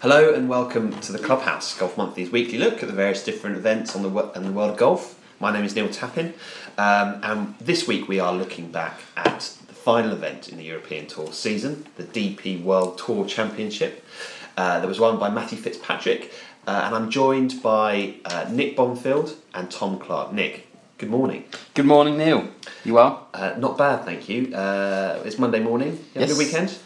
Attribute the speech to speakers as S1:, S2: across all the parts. S1: Hello and welcome to the Clubhouse Golf Monthly's weekly look at the various different events on the wo- in the world of golf. My name is Neil Tappin, um, and this week we are looking back at the final event in the European Tour season, the DP World Tour Championship, uh, that was won by Matthew Fitzpatrick. Uh, and I'm joined by uh, Nick Bonfield and Tom Clark. Nick, good morning.
S2: Good morning, Neil. You well?
S1: Uh, not bad, thank you. Uh, it's Monday morning. You had a
S2: Yes.
S1: good weekend?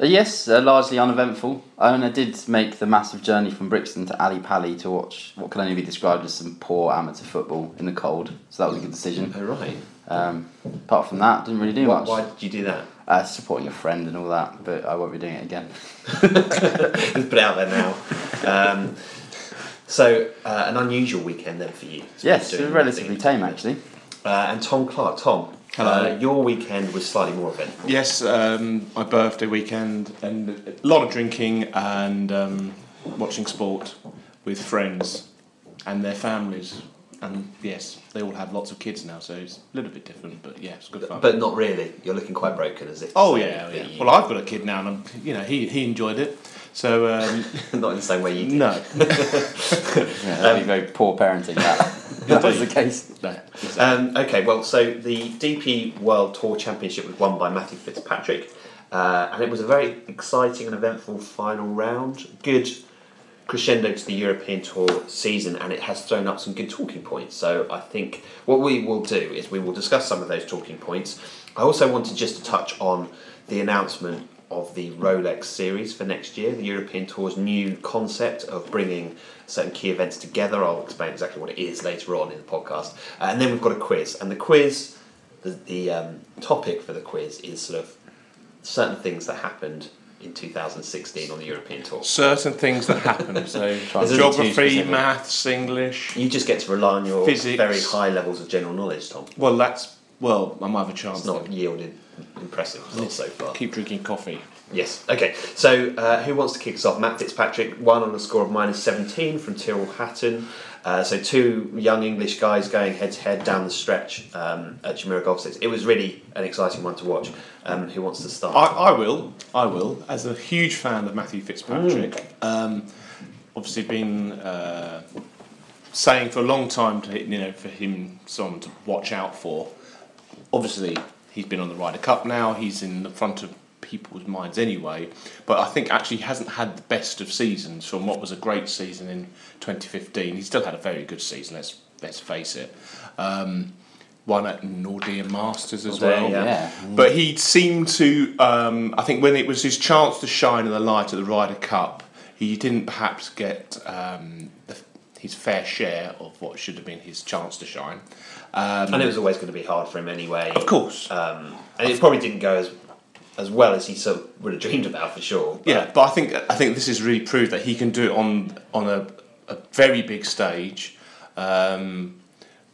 S2: Uh, yes, uh, largely uneventful. I mean, I did make the massive journey from Brixton to Ali Pali to watch what can only be described as some poor amateur football in the cold, so that was a good decision.
S1: All right.
S2: Um, apart from that, didn't really do
S1: Why,
S2: much.
S1: why did you do that?
S2: Uh, supporting a friend and all that, but I won't be doing it again.
S1: Just put it out there now. Um, so, uh, an unusual weekend then for you. It's
S2: yes,
S1: been
S2: it was
S1: doing
S2: relatively
S1: nothing.
S2: tame actually.
S1: Uh, and Tom Clark, Tom,
S3: Hello.
S1: uh, your weekend was slightly more eventful.
S3: Yes, um, my birthday weekend and a lot of drinking and um, watching sport with friends and their families. And yes, they all have lots of kids now, so it's a little bit different, but yeah, it's good fun.
S1: But not really. You're looking quite broken, as if. to
S3: oh
S1: say
S3: yeah,
S1: that
S3: yeah.
S1: you-
S3: Well, I've got a kid now, and I'm, you know he he enjoyed it. So um,
S1: not in the same way you did.
S3: no,
S2: Yeah, that'd be very poor parenting. That, that was the
S3: Indeed.
S2: case.
S3: no. Uh,
S1: Um, okay, well, so the DP World Tour Championship was won by Matthew Fitzpatrick, uh, and it was a very exciting and eventful final round. Good crescendo to the European Tour season, and it has thrown up some good talking points. So I think what we will do is we will discuss some of those talking points. I also wanted just to touch on the announcement of the Rolex series for next year, the European Tour's new concept of bringing certain key events together. I'll explain exactly what it is later on in the podcast. Uh, and then we've got a quiz, and the quiz, the, the um, topic for the quiz is sort of certain things that happened in 2016 on the European Tour.
S3: Certain things that happen. So
S2: Try and be too
S3: geography,
S2: specific.
S3: maths, English.
S1: You just get to rely on your
S3: Physics.
S1: very high levels of general knowledge, Tom.
S3: Well, that's well, I might have a chance.
S1: It's not
S3: then.
S1: yielded impressive results so far.
S3: Keep drinking coffee.
S1: Yes. Okay. So, uh, who wants to kick us off? Matt Fitzpatrick, one on a score of minus 17 from Tyrrell Hatton. Uh, so, two young English guys going head to head down the stretch um, at Chimera Golf 6. It was really an exciting one to watch. Um, who wants to start?
S3: I, I will. I will. As a huge fan of Matthew Fitzpatrick, um, obviously been uh, saying for a long time to you know for him someone to watch out for. Obviously, he's been on the Ryder Cup now. He's in the front of people's minds anyway. But I think actually he hasn't had the best of seasons from what was a great season in 2015. He still had a very good season. Let's let's face it. Um, one at Nordian Masters as
S1: There,
S3: well.
S1: Yeah.
S2: Yeah.
S3: Mm. But he seemed to, um, I think, when it was his chance to shine in the light at the Ryder Cup, he didn't perhaps get um, the, his fair share of what should have been his chance to shine. Um,
S1: and it was always going to be hard for him anyway.
S3: of course,
S1: Um, and it probably didn't go as as well as he sort of would have dreamed about for sure. but-
S3: yeah. But I think I think this has really proved that he can do it on on a, a very big stage. Um,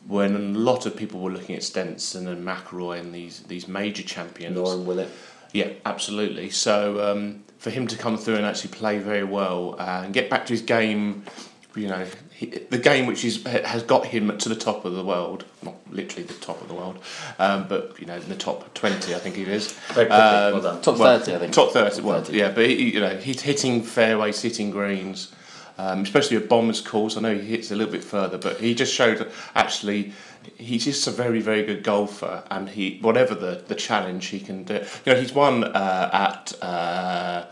S3: when a lot of people were looking at Stenson and McElroy and these these major champions,
S1: Lauren Willett.
S3: Yeah, absolutely. So um, for him to come through and actually play very well uh, and get back to his game, you know, he, the game which is, has got him to the top of the world, not literally the top of the world, um, but you know, in the top twenty, I think it is.
S1: Very quickly.
S3: Um,
S1: well done.
S2: Top thirty, I think.
S3: Top thirty. Well,
S2: 30.
S3: yeah, but he, you know, he's hitting fairways, hitting greens. Um, especially at bombers course, I know he hits a little bit further, but he just showed that actually he's just a very, very good golfer, and he whatever the, the challenge he can do. You know, he's won uh, at uh,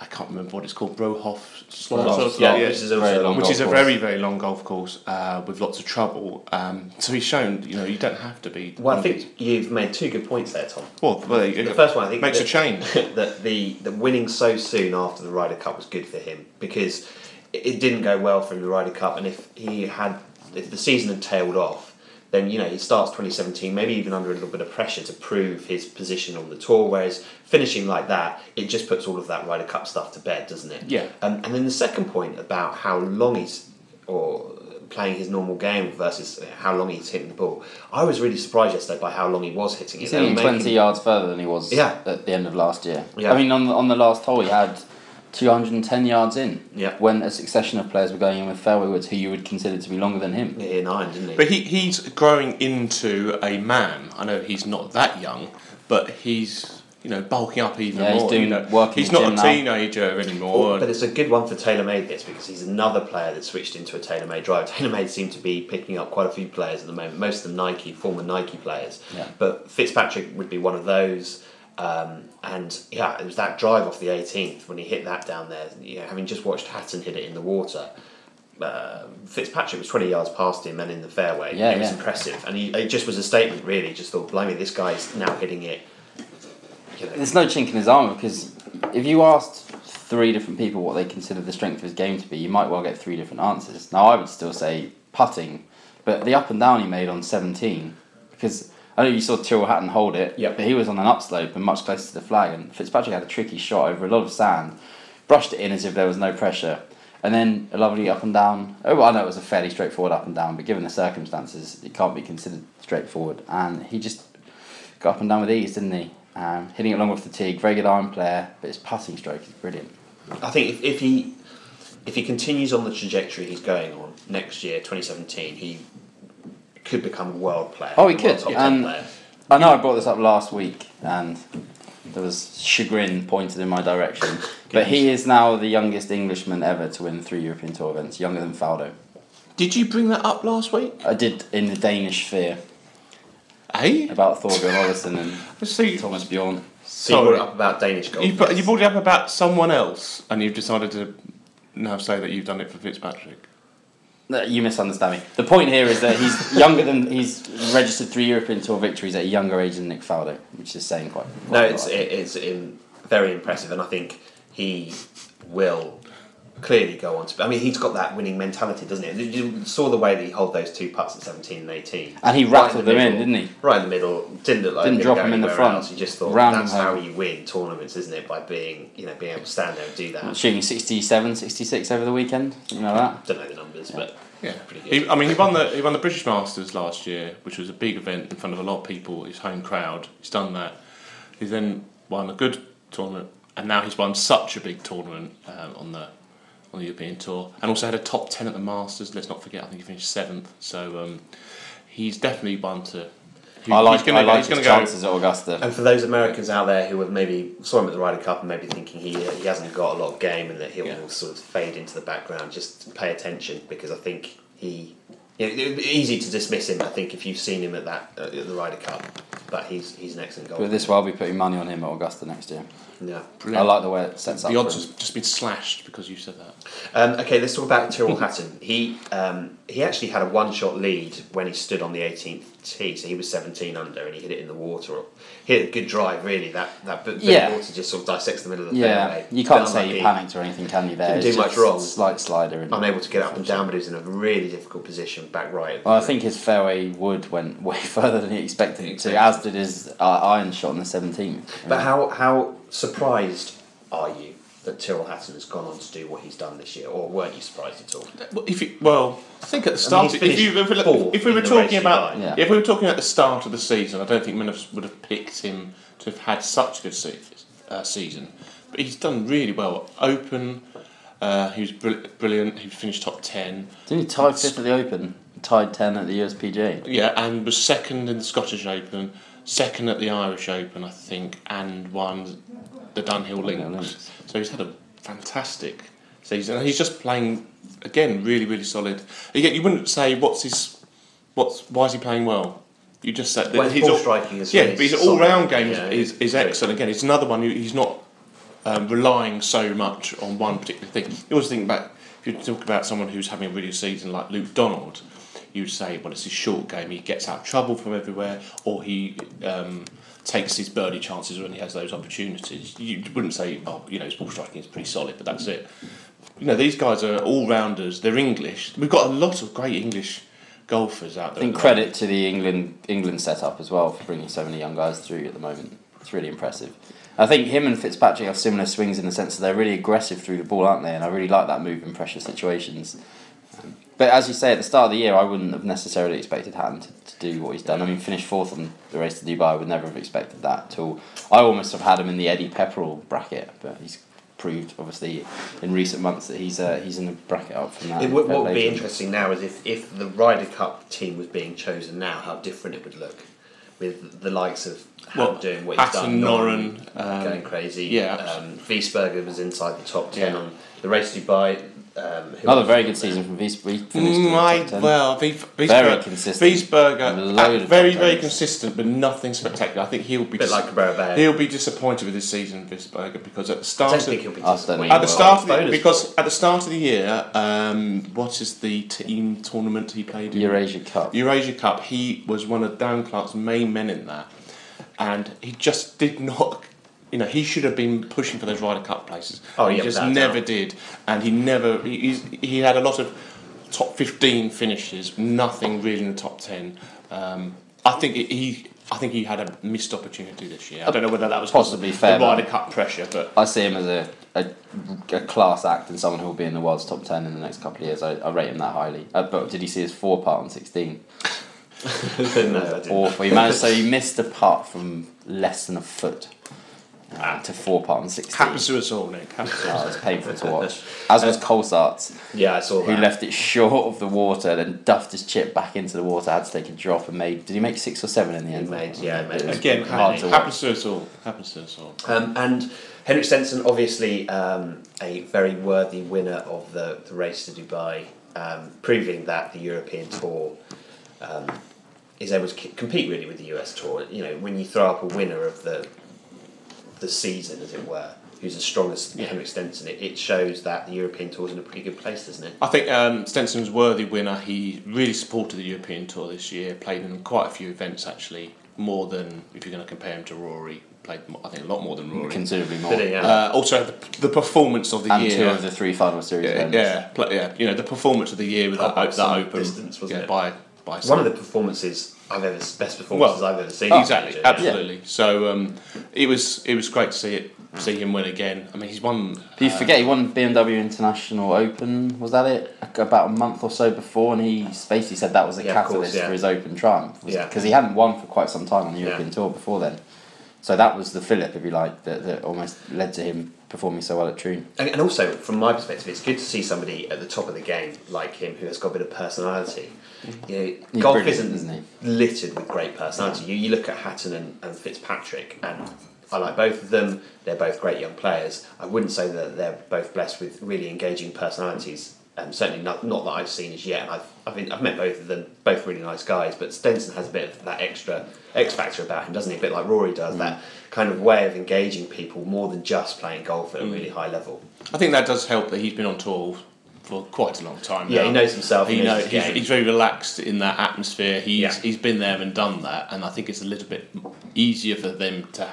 S3: I can't remember what it's called, Brohoff Slot,
S2: Brohoff
S3: or-
S2: Slot,
S3: yeah, yeah,
S1: which is also
S2: Very
S1: a
S2: long
S3: which
S2: golf
S3: is a
S2: course.
S3: very, very long golf course uh, with lots of trouble. Um, so he's shown, you know, you don't have to be.
S1: Well, I think you've made two good points there, Tom.
S3: Well, there you go.
S1: The first one, I think,
S3: makes
S1: that-
S3: a change.
S1: that the that winning so soon after the Ryder Cup was good for him because it- it didn't go well for him the Ryder Cup, and if he had if the season had tailed off, then you know he starts 2017 maybe even under a little bit of pressure to prove his position on the tour. Whereas finishing like that, it just puts all of that Ryder Cup stuff to bed, doesn't it?
S3: Yeah.
S1: Um, and then the second point about how long he's or playing his normal game versus how long he's hitting the ball. I was really surprised yesterday by how long he was hitting
S2: He's
S1: it. They
S2: hitting
S1: were making-
S2: 20 yards further than he was
S1: Yeah.
S2: at the end of last year.
S1: Yeah.
S2: I mean, on, on the last hole, he had 210 yards in
S1: Yeah.
S2: when a succession of players were going in with fairway woods who you would consider to be longer than him.
S1: Yeah, nine, didn't he?
S3: But he, he's growing into a man. I know he's not that young, but he's you know, bulking up even
S2: Yeah,
S3: more.
S2: he's
S3: you
S2: doing-
S3: know,
S2: working
S3: he's
S2: the
S3: not
S2: gym
S3: a
S2: now.
S3: teenager anymore.
S1: But it's a good one for TaylorMade this because he's another player that switched into a TaylorMade drive. TaylorMade seem to be picking up quite a few players at the moment, most of them Nike, former Nike players.
S2: Yeah.
S1: But Fitzpatrick would be one of those. Um, and yeah, it was that drive off the 18th when he hit that down there. You know, having just watched Hatton hit it in the water, uh, Fitzpatrick was 20 yards past him and in the fairway.
S2: Yeah,
S1: it was
S2: yeah.
S1: impressive. And he, it just was a statement, really. Just thought, blimey, this guy's now hitting it. You know,
S2: There's no chink in his armour because if you asked three different people what they consider the strength of his game to be, you might well get three different answers. Now, I would still say putting, but the up and down he made on 17, because I know you saw Tyrrell Hatton hold it,
S1: Yep.
S2: but he was on an upslope and much closer to the flag, and Fitzpatrick had a tricky shot over a lot of sand, brushed it in as if there was no pressure. And then a lovely up and down. Oh, well, I know it was a fairly straightforward up and down, but given the circumstances, it can't be considered straightforward. And he just got up and down with ease, didn't he? Um, hitting it long off the tee, very good iron player, but his putting stroke is brilliant.
S1: I think if, if he if he continues on the trajectory he's going on next year, 2017, he could become a world player.
S2: Oh, he
S1: a world
S2: could,
S1: Top
S2: yeah.
S1: 10
S2: And-
S1: player.
S2: I know I brought this up last week, and there was chagrin pointed in my direction. But he is now the youngest Englishman ever to win three European Tour events, younger than Faldo.
S3: Did you bring that up last week?
S2: I did in the Danish sphere
S3: Hey,
S2: about Thorbjørn Olesen and
S3: so you,
S2: Thomas Bjorn.
S1: So you
S3: Sorry.
S1: brought up about Danish golf.
S3: you, br-
S1: yes.
S3: you brought it up about someone else, and you've decided to now say that you've done it for Fitzpatrick.
S2: No, You misunderstand me. The point here is that he's younger than he's registered three European Tour victories at a younger age than Nick Faldo, which is saying quite. quite
S1: no,
S2: a
S1: it's
S2: lot.
S1: it, it's um, very impressive, and I think he will clearly go on to. I mean, he's got that winning mentality, doesn't he? You saw the way that he held those two putts at 17 and 18,
S2: And he
S1: Right
S2: rattled them in,
S1: middle-
S2: didn't he?
S1: Right in the middle, didn't look like
S2: Didn't
S1: he
S2: drop
S1: go
S2: him in the
S1: anywhere
S2: front.
S1: Else. You just thought
S2: Round
S1: that's
S2: him
S1: how
S2: home.
S1: you win tournaments, isn't it? By being you know being able to stand there and do that.
S2: shooting 67, 66 over the weekend, something like that.
S1: don't know the numbers, but
S3: Yeah,
S1: Pretty good.
S3: he, I mean, he won the he won the British Masters last year, which was a big event in front of a lot of people, his home crowd. He's done that. He then won a good tournament, and now he's won such a big tournament um, on the on the European tour, and also had a top ten at the Masters. Let's not forget, I think he finished seventh. So um, he's definitely one to. who-
S2: I like,
S3: he's gonna
S2: I
S3: go-
S2: like
S3: he's
S2: his
S3: gonna go-
S2: chances at Augusta.
S1: And for those Americans out there who have maybe saw him at the Ryder Cup and maybe thinking he he hasn't got a lot of game and that he'll
S3: Yeah.
S1: sort of fade into the background, just pay attention because I think he. You know, it would be easy to dismiss him. I think if you've seen him at that uh, at the Ryder Cup, but he's he's an excellent
S2: But
S1: golfer.
S2: this way, I'll be putting money on him at Augusta next year.
S1: Yeah.
S2: I like the way it sets up.
S3: The
S2: for
S3: odds has
S2: him.
S3: just been slashed because you said that.
S1: Um, okay, let's talk about Tyrrell Hatton. He um, he actually had a one shot lead when he stood on the 18th tee, so he was 17 under and he hit it in the water. He had a good drive, really. That that bit bit
S2: Yeah.
S1: of water just sort of dissects the middle of the
S2: Yeah,
S1: fairway.
S2: you can't
S1: Bit
S2: say you
S1: unlucky.
S2: panicked or anything, can you? There,
S1: Didn't do
S2: It's
S1: much
S2: just
S1: wrong. Oh,
S2: Slight slider. And,
S1: unable to get up and down, but he was in a really difficult position back right.
S2: well, I think his fairway wood went way further than he expected it to, as did his uh, iron shot on the seventeenth.
S1: But how how surprised are you that Tyrrell Hatton has gone on to do what he's done this year, or weren't you surprised at all?
S3: Well, if you, well, I think at the start,
S1: he's
S3: if, you, if, we-
S1: finished fourth
S3: if we
S1: in
S3: were
S1: the
S3: talking
S1: racing
S3: about,
S1: line.
S2: Yeah.
S3: if we were talking at the start of the season, I don't think many of us would have picked him to have had such a good se- uh, season. But he's done really well. Open, uh, he was brill- brilliant. He finished top ten.
S2: Didn't he tie fifth at the Open? Tied ten at the USPGA.
S3: Yeah, and was second in the Scottish Open, second at the Irish Open, I think, and won the Dunhill Links.
S2: Links.
S3: So he's had a fantastic season. And he's just playing again really, really solid. Again, you wouldn't say what's his, what's why is he playing well? You just said
S1: Well, his
S3: he's
S1: ball
S3: all-
S1: striking is
S3: yeah,
S1: really
S3: but his
S1: solid.
S3: all round game
S1: Yeah,
S3: is,
S1: it's
S3: is
S1: good.
S3: excellent. Again, it's another one who he's not um, relying so much on one particular thing. You always think about if you talk about someone who's having a really good season like Luke Donald, you'd say, well, it's his short game. He gets out of trouble from everywhere, or he um, takes his birdie chances when he has those opportunities. You wouldn't say, oh, you know, his ball striking is pretty solid, but that's it. You know, these guys are all rounders. They're English. We've got a lot of great English golfers out
S2: I
S3: there.
S2: think credit to the England England setup as well for bringing so many young guys through at the moment. It's really impressive. I think him and Fitzpatrick have similar swings in the sense that they're really aggressive through the ball, aren't they? And I really like that move in pressure situations. Um, But as you say, at the start of the year, I wouldn't have necessarily expected Hatton to, to do what he's done. I mean, finish fourth on the race to Dubai, I would never have expected that at all. I almost have had him in the Eddie Pepperell bracket, but he's proved, obviously, in recent months that he's uh, he's in the bracket up from that.
S1: It, what, what would be
S2: Later.
S1: interesting now is if, if the Ryder Cup team was being chosen now, how different it would look. with the likes of Ham
S3: Well,
S1: doing what
S3: Patton,
S1: he's done, Norrin
S3: Norrin, um,
S1: going crazy.
S3: yeah,
S1: um, Wiesberger was inside the top ten
S3: Yeah.
S1: on the race to Dubai. Um, who
S2: Another
S1: else?
S2: very good season from Wies.
S1: Mm,
S2: We finished in the
S3: My,
S2: top 10.
S3: well, Wies- Wiesberger,
S2: Very consistent. A
S3: Wiesberger,
S2: load of
S3: very,
S2: top
S3: very
S2: tens.
S3: consistent, but nothing spectacular. I think he'll be
S1: A bit like Cabrera Bay.
S3: he'll be disappointed with his season, Wiesberger, because at the
S1: I
S3: start
S1: don't
S3: of
S1: think he'll be
S2: I don't
S1: disappointed.
S2: think
S3: at the
S2: Well,
S3: start of the,
S1: Bonus
S3: because at the start of the year, um, what is the team tournament he played in?
S2: Eurasia Cup.
S3: Eurasia Cup. He was one of Dan Clark's main men in that, and he just did not. You know, he should have been pushing for those Ryder Cup places.
S1: Oh,
S3: he
S1: yeah,
S3: just
S1: without a
S3: never
S1: doubt.
S3: did, and he never. He, he's, he had a lot of top fifteen finishes, nothing really in the top ten. Um, I think it- he. I think he had a missed opportunity this year. I don't know whether that was 'cause of
S2: Possibly
S3: the
S2: fair,
S3: Ryder Cup pressure, but
S2: I see him as a, a, a class act and someone who will be in the world's top 10 in the next couple of years. I, I rate him that highly. Uh, but did you see his four part on 16?
S1: no, I didn't.
S2: Awful. He managed, so he missed a putt from less than a foot uh, to four part on 16.
S3: happens to us all, Nick. Happens to us.
S2: Oh, it's painful to watch. As was Colsarts,
S1: Yeah, I saw
S2: who
S1: that.
S2: left it short of the water, then duffed his chip back into the water, had to take a drop and made. Did he make six or seven in the end?
S1: made- yeah, he made-
S2: It was
S3: Again,
S2: hard
S3: happens,
S2: to watch.
S3: happens to us all. Happens to us all.
S1: Um, and Henrik Stenson, obviously um, a very worthy winner of the, the race to Dubai, um, proving that the European Tour um, is able to c- compete really with the US Tour. You know, when you throw up a winner of the the season, as it were, who's as strong as
S3: Yeah.
S1: Henrik Stenson, it, it shows that the European Tour's in a pretty good place, doesn't it?
S3: I think um, Stenson's worthy winner. He really supported the European Tour this year. Played in quite a few events actually, more than if you're going to compare him to Rory. Played, mo- I think, a lot more than Rory.
S2: Considerably more.
S1: Bidding out.
S3: Uh, also, had the, the performance of the
S2: and
S3: year.
S2: two of the three final series
S3: yeah,
S2: events.
S3: yeah, pl- yeah, you know the performance of the year with that,
S1: By
S3: o- that
S1: some
S3: open
S1: distance, wasn't
S3: yeah,
S1: it?
S3: by by
S1: One of the performances I've ever best performances I've ever seen.
S3: exactly,
S1: Yeah.
S3: absolutely. So um, it was it was great to see it, see him win again. I mean, he's won. uh,
S2: Do you forget he won BMW International Open? Was that it? Like, About a month or so before, and he basically said that was a
S1: Yeah, of course,
S2: catalyst
S1: yeah.
S2: for his Open triumph.
S1: Yeah.
S2: Because he hadn't won for quite some time on the
S1: Yeah.
S2: European Tour before then. So that was the fillip, if you like, that, that almost led to him performing so well at Troon.
S1: And, and also, from my perspective, it's good to see somebody at the top of the game like him who has got a bit of personality. You know,
S2: Mm-hmm. He's
S1: golf
S2: brilliant,
S1: isn't,
S2: isn't
S1: littered with great personality. You, you look at Hatton and, and Fitzpatrick, and I like both of them. They're both great young players. I wouldn't say that they're both blessed with really engaging personalities. Um, certainly not, not that I've seen as yet. And I've, I've, been, I've met both of them, both really nice guys. But Stenson has a bit of that extra X factor about him, doesn't he? A bit like Rory
S2: Mm.
S1: does, that kind of way of engaging people more than just playing golf at
S2: Mm.
S1: a really high level.
S3: I think that does help that he's been on tour for quite a long time.
S1: Yeah,
S3: now.
S1: he knows himself, he
S3: He
S1: knows
S3: knows,
S1: his
S3: he's,
S1: game.
S3: he's very relaxed in that atmosphere. He's
S1: Yeah.
S3: he's been there and done that, and I think it's a little bit easier for them to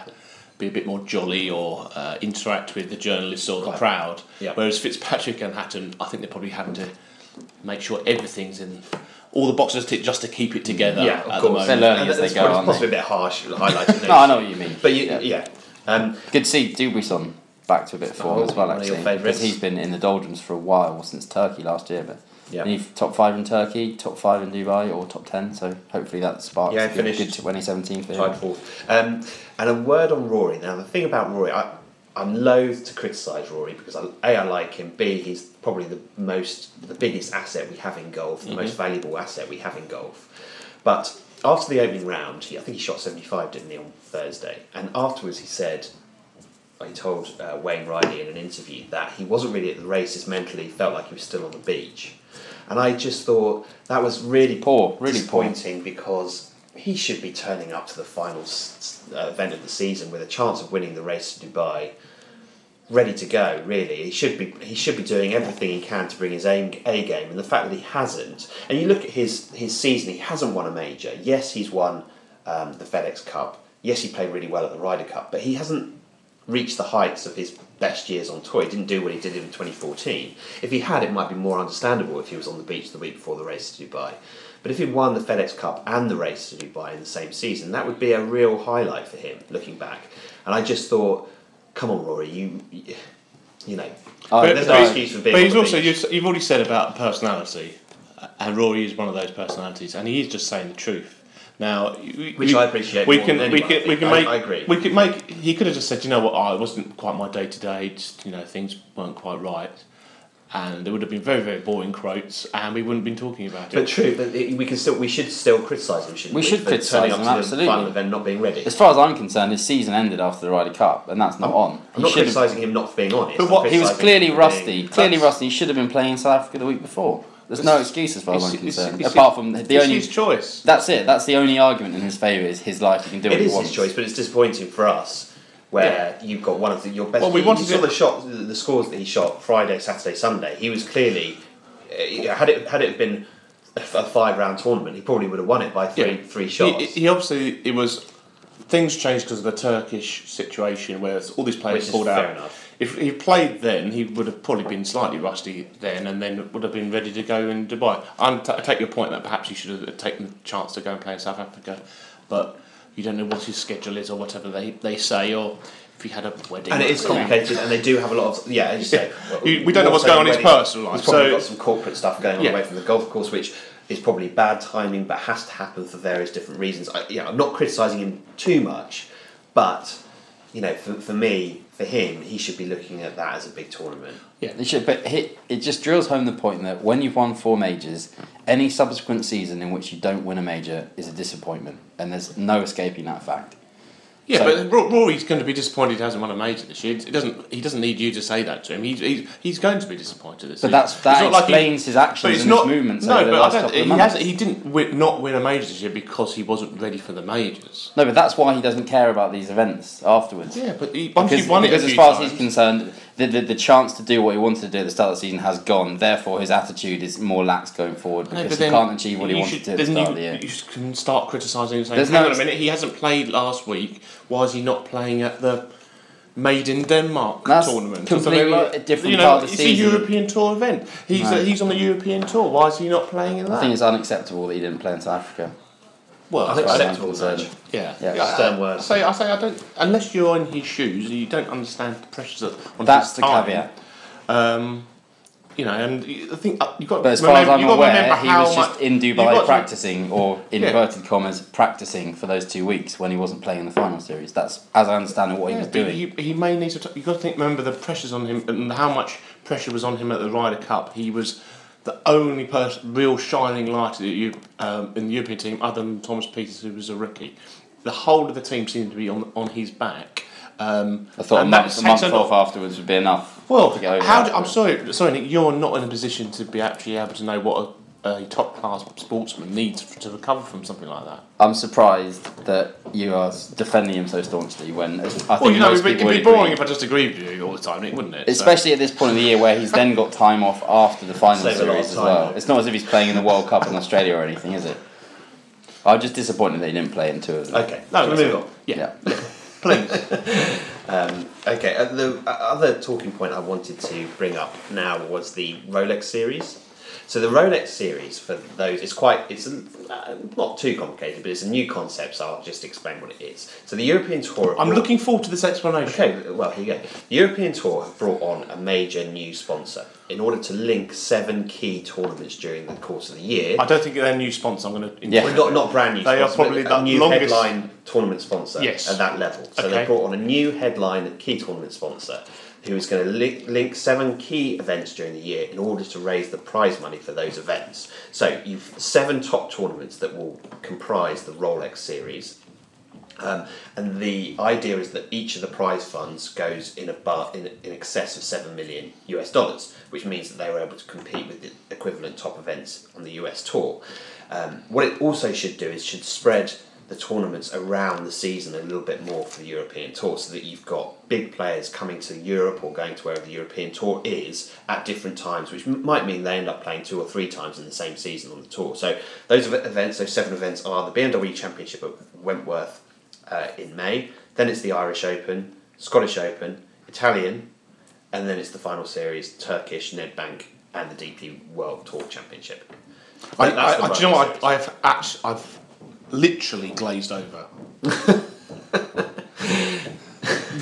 S3: be a bit more jolly or uh, interact with the journalists or the
S1: Quite.
S3: crowd.
S1: Yeah.
S3: Whereas Fitzpatrick and Hatton, I think they're probably having to make sure everything's in all the boxes ticked just to keep it together.
S1: Yeah,
S3: at
S1: of
S3: the
S1: course.
S2: They're
S3: moment.
S2: learning
S1: And
S2: as they
S1: that's
S2: go,
S1: probably-
S2: aren't
S1: possibly a bit harsh, highlighting
S2: No, I know what you mean.
S1: But you,
S2: Yeah.
S1: yeah. Um,
S2: Good to see Dubuisson back to a bit of form
S1: Oh,
S2: as well,
S1: one of your
S2: actually.
S1: favourites.
S2: Because he's been in the doldrums for a while since Turkey last year. But
S1: Yeah.
S2: and he's top five in Turkey, top five in Dubai, or top ten. So hopefully that sparks
S1: Yeah,
S2: a
S1: he
S2: good,
S1: finished
S2: good 2017 for him.
S1: tied fourth. Um, and a word on Rory. Now, the thing about Rory, I, I'm loath to criticise Rory because I, A, I like him, B, he's probably the most, the biggest asset we have in golf, the
S2: Mm-hmm.
S1: most valuable asset we have in golf. But after the opening round, he, I think he shot 75, didn't he, on Thursday? And afterwards he said, he told uh, Wayne Riley in an interview that he wasn't really at the races mentally, felt like he was still on the beach. And I just thought that was really
S2: Poor, really poor.
S1: disappointing because he should be turning up to the final s- s- uh, event of the season with a chance of winning the race to Dubai, ready to go. Really, he should be he should be doing everything he can to bring his aim, A game, and the fact that he hasn't. And you look at his his season; he hasn't won a major. Yes, he's won um, the FedEx Cup. Yes, he played really well at the Ryder Cup, but he hasn't reached the heights of his best years on tour. He didn't do what he did in 2014. If he had, it might be more understandable if he was on the beach the week before the race to Dubai. But if he won the FedEx Cup and the race to Dubai in the same season, that would be a real highlight for him looking back. And I just thought, come on, Rory, you, you know,
S2: Oh,
S1: there's no
S2: but-
S1: excuse for being.
S3: But
S1: on
S3: he's
S1: the
S3: also
S1: beach.
S3: you've, you've already said about personality, and Rory is one of those personalities, and he is just saying the truth. Now, you-
S1: Which
S3: you-
S1: I appreciate
S3: We
S1: more
S3: can
S1: than
S3: we
S1: anyone, I
S3: can we
S1: think.
S3: can
S1: I-
S3: make
S1: I agree.
S3: we could make he could have just said you know what oh, it wasn't quite my day to day you know things weren't quite right, and there would have been very, very boring quotes, and we wouldn't have been talking about
S1: But
S3: it.
S1: true, but it- we can still we should still criticise them, shouldn't
S2: We
S1: we?
S2: should
S1: for turning
S2: criticise
S1: up
S2: them,
S1: to the
S2: absolutely.
S1: Final event not being ready.
S2: As far as I'm concerned, his season ended after the Ryder Cup, and that's not on.
S1: I'm not
S2: should have-
S1: criticising him not for being honest.
S3: But
S1: I'm
S3: what-
S2: He was
S1: criticising
S2: clearly
S1: him for
S2: rusty.
S1: being-
S2: Clearly
S3: That's-
S2: rusty. He should have been playing South Africa the week before. There's no excuse as far as I'm
S3: It's- it's-
S2: concerned.
S3: it's-
S2: Apart from the
S3: it's
S2: only.
S3: his choice.
S2: That's it. That's the only argument in his favour is his life. He can do what
S1: It
S2: he
S1: is
S2: wants.
S1: his choice, but it's disappointing for us where you've got one of the, your best.
S3: Well, we
S1: you
S3: wanted
S1: saw
S3: to-
S1: the shot, the the scores that he shot Friday, Saturday, Sunday. He was clearly uh, had it had it been a five round tournament, he probably would have won it by three
S3: Yeah.
S1: three
S3: He,
S1: shots.
S3: he obviously it was things changed because of the Turkish situation where all these
S1: Which
S3: players
S1: is
S3: pulled
S1: fair
S3: out.
S1: enough.
S3: If he played then, he would have probably been slightly rusty then, and then would have been ready to go in Dubai. I'm t- I take your point that perhaps he should have taken the chance to go and play in South Africa, but you don't know what his schedule is or whatever they, they say, or if he had a wedding.
S1: and it is complicated, and they do have a lot of yeah. As you say,
S3: You- we don't know what's going on in his
S1: already-
S3: personal life,
S1: He's probably
S3: so-
S1: got some corporate stuff going on
S3: Yeah.
S1: away from the golf course, which is probably bad timing, but has to happen for various different reasons. I, you know, I'm not criticising him too much, but you know, for, for me, for him, he should be looking at that as a big tournament.
S2: It should, but he, it just drills home the point that when you've won four majors, any subsequent season in which you don't win a major is a disappointment, and there's no escaping that fact.
S3: Yeah,
S2: So-
S3: but Ro- Rory's going to be disappointed he hasn't won a major this year. It doesn't. He doesn't need you to say that to him. He's he's, he's going to be disappointed this
S2: But
S3: year.
S2: that's, that
S3: It's not like he-
S2: explains his
S3: but
S2: actions
S3: it's
S2: and
S3: not
S2: his movements
S3: No,
S2: over the
S3: but
S2: last
S3: I
S2: couple
S3: don't,
S2: of
S3: he,
S2: months.
S3: hasn't, he didn't win, not win a major this year because he wasn't ready for the majors.
S2: No, but that's why he doesn't care about these events afterwards.
S3: Yeah, but he, once
S2: Because,
S3: you've won it,
S2: because
S3: a
S2: as
S3: few
S2: far as
S3: times,
S2: he's concerned, the, the, the chance to do what he wanted to do at the start of the season has gone. Therefore, his attitude is more lax going forward
S3: No,
S2: because
S3: but
S2: he
S3: then
S2: can't achieve what he
S3: you
S2: wanted
S3: should-
S2: to at the
S3: then
S2: start
S3: you,
S2: of the year.
S3: You just can start criticising and saying,
S2: There's
S3: "Hang
S2: no
S3: on a
S2: ex-
S3: minute, he hasn't played last week. Why is he not playing at the Made in Denmark
S2: That's
S3: tournament?"
S2: completely
S3: Something
S2: a different
S3: you know,
S2: part of the
S3: it's
S2: season.
S3: a European tour event. He's
S2: No.
S3: uh, he's on the European tour. Why is he not playing in that?
S2: I think it's unacceptable that he didn't play in South Africa.
S3: well,
S1: I think
S2: far as I'm
S1: acceptable,
S2: concerned.
S1: Nigel.
S3: Yeah,
S2: Yeah,
S3: I-
S1: stern
S3: I-
S1: words.
S3: I say, I say, I don't. Unless you're in his shoes, you don't understand the pressures that. On
S2: That's
S3: his
S2: the
S3: time.
S2: caveat.
S3: Um, you know, and you- I think uh, you've got.
S2: But as
S3: remember,
S2: far as I'm
S3: you've got to
S2: aware,
S3: remember
S2: he
S3: how
S2: was just
S3: much-
S2: in
S3: you've got
S2: Dubai
S3: to-
S2: practicing, or
S3: Yeah.
S2: inverted commas, practicing for those two weeks when he wasn't playing in the final series. That's as I understand it, what
S3: yeah,
S2: he was
S3: but
S2: doing.
S3: He, he may need to. T- you've got to think. Remember the pressures on him and how much pressure was on him at the Ryder Cup. He was the only person, real shining light that you, um, in the European team, other than Thomas Peters, who was a rookie. The whole of the team seemed to be on on his back. Um,
S2: I thought a
S3: and
S2: month,
S3: that
S2: a month
S3: takes
S2: off afterwards would be enough.
S3: Well,
S2: to get over
S3: how
S2: that.
S3: do, I'm sorry, sorry, Nick. You're not in a position to be actually able to know what a, a top class sportsman needs to recover from something like that.
S2: I'm surprised that you are s- defending him so staunchly when I think
S3: Well, you know,
S2: most
S3: it'd be,
S2: people
S3: it'd be
S2: would
S3: boring
S2: agree.
S3: if I just agreed with you all the time, Nick, wouldn't it? So-
S2: Especially at this point of the year where he's then got time off after the final
S1: Save a lot of
S2: series as
S1: time,
S2: well.
S1: though.
S2: It's not as if he's playing in the World Cup in Australia or anything, is it? I'm just disappointed that he didn't play in two of them.
S1: Okay,
S3: No,
S1: shall we
S3: that's
S1: move
S3: it.
S1: on.
S3: Yeah.
S2: Yeah.
S3: please.
S1: Um, okay, uh, the uh, other talking point I wanted to bring up now was the Rolex series. So the Rolex series for those it's quite it's uh, not too complicated, but it's a new concept. So I'll just explain what it is. So the European Tour.
S3: I'm looking forward to this explanation.
S1: Okay, well here you go. The European Tour have brought on a major new sponsor in order to link seven key tournaments during the course of the year.
S3: I don't think they're a new sponsor. I'm going to.
S2: Yeah.
S1: Well, not not brand new.
S3: They are
S1: sponsor, but
S3: probably
S1: a
S3: the
S1: new
S3: longest-
S1: headline tournament sponsor
S3: Yes.
S1: at that level. So
S3: Okay.
S1: they brought on a new headline key tournament sponsor who is going to link, link seven key events during the year in order to raise the prize money for those events. So you've seven top tournaments that will comprise the Rolex series. Um, and the idea is that each of the prize funds goes in a bar, in, in excess of seven million US dollars, which means that they were able to compete with the equivalent top events on the US tour. Um, what it also should do is should spread the tournaments around the season a little bit more for the European tour, so that you've got big players coming to Europe or going to wherever the European tour is at different times, which m- might mean they end up playing two or three times in the same season on the tour. So those ev- events, those seven events, are the BMW Championship at Wentworth uh, in May. Then it's the Irish Open, Scottish Open, Italian, and then it's the final series Turkish, Nedbank, and the DP World Tour Championship.
S3: I,
S1: That- that's
S3: I,
S1: the
S3: I, do you know
S1: Rolex
S3: what?
S1: series.
S3: I, I've actually, I've literally glazed over.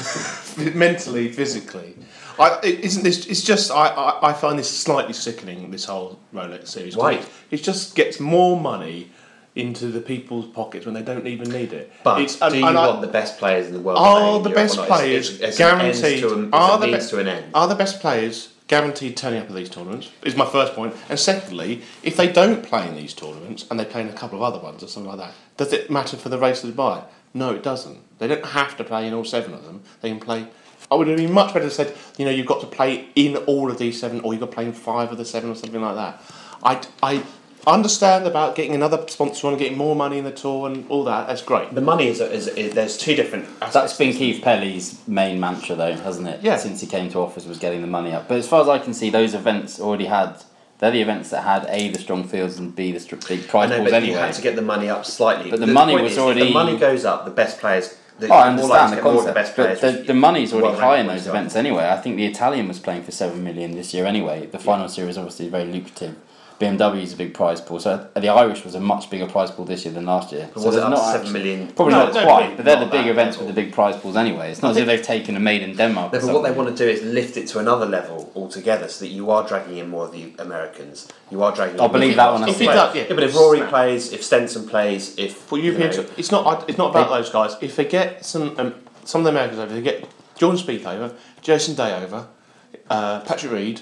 S3: Mentally, physically. I, it isn't this? It's just I, I, I find this slightly sickening. This whole Rolex series.
S1: Why?
S3: It just gets more money into the people's pockets when they don't even need it.
S1: But
S3: it's,
S1: do you
S3: I-
S1: want the best players in the world? playing
S3: are
S1: in
S3: the
S1: Europe or
S3: best
S1: not? It's-
S3: players
S1: it's- it's an end
S3: guaranteed?
S1: to an- it's a
S3: are the
S1: means
S3: best
S1: to an end?
S3: Are the best players guaranteed turning up at these tournaments is my first point. And secondly, if they don't play in these tournaments and they play in a couple of other ones or something like that, does it matter for the race to Dubai? No, it doesn't. They don't have to play in all seven of them. They can play. I would have been much better to said, you know, you've got to play in all of these seven, or you've got to play in five of the seven, or something like that. I, I understand about getting another sponsor on, getting more money in the tour, and all that. That's great.
S1: The money is, is, is there's two different. Aspects.
S2: That's been Keith Pelly's main mantra, though, hasn't it?
S3: Yeah.
S2: Since he came to office, was getting the money up. But as far as I can see, those events already had. They're the events that had a the strong fields and b the str- big
S1: I
S2: prize
S1: know,
S2: pools
S1: but you
S2: anyway.
S1: had to get the money up slightly.
S2: But the money
S1: point
S2: was
S1: is, if
S2: already-
S1: The money goes up. The best players. The,
S2: Oh, I
S1: more likely
S2: understand
S1: to
S2: the
S1: get more of
S2: concept, but the,
S1: players,
S2: the money's already
S1: well-ranked
S2: high in
S1: ones
S2: those
S1: are.
S2: events anyway. I think the Italian was playing for seven million this year anyway. The final series obviously very lucrative. BMW is a big prize pool, so the Irish was a much bigger prize pool this year than last year.
S1: But
S2: so
S1: was it
S2: there's
S1: up to
S2: not
S1: seven
S2: actually-
S1: million?
S2: Probably
S3: No,
S2: not
S3: no,
S2: quite,
S3: but
S2: but they're
S1: not
S2: the big
S1: that
S2: events
S1: level.
S2: with the big prize pools anyway. It's not as if they've taken a maid in Denmark.
S1: No,
S2: or
S1: but what they
S2: something.
S1: want to do is lift it to another level altogether, so that you are dragging in more of the Americans. You are dragging.
S2: I'll
S1: in more
S2: believe
S1: of
S2: that
S1: the
S2: one, I
S1: players.
S2: think. If
S3: he does, yeah.
S1: but if Rory
S3: Snap.
S1: plays, if Stenson plays, if
S3: For European,
S1: you know,
S3: tour- it's not. It's not about those guys. If they get some, um, some of the Americans over, they get Jordan Speak over, Jason Day over, uh, Patrick Reed,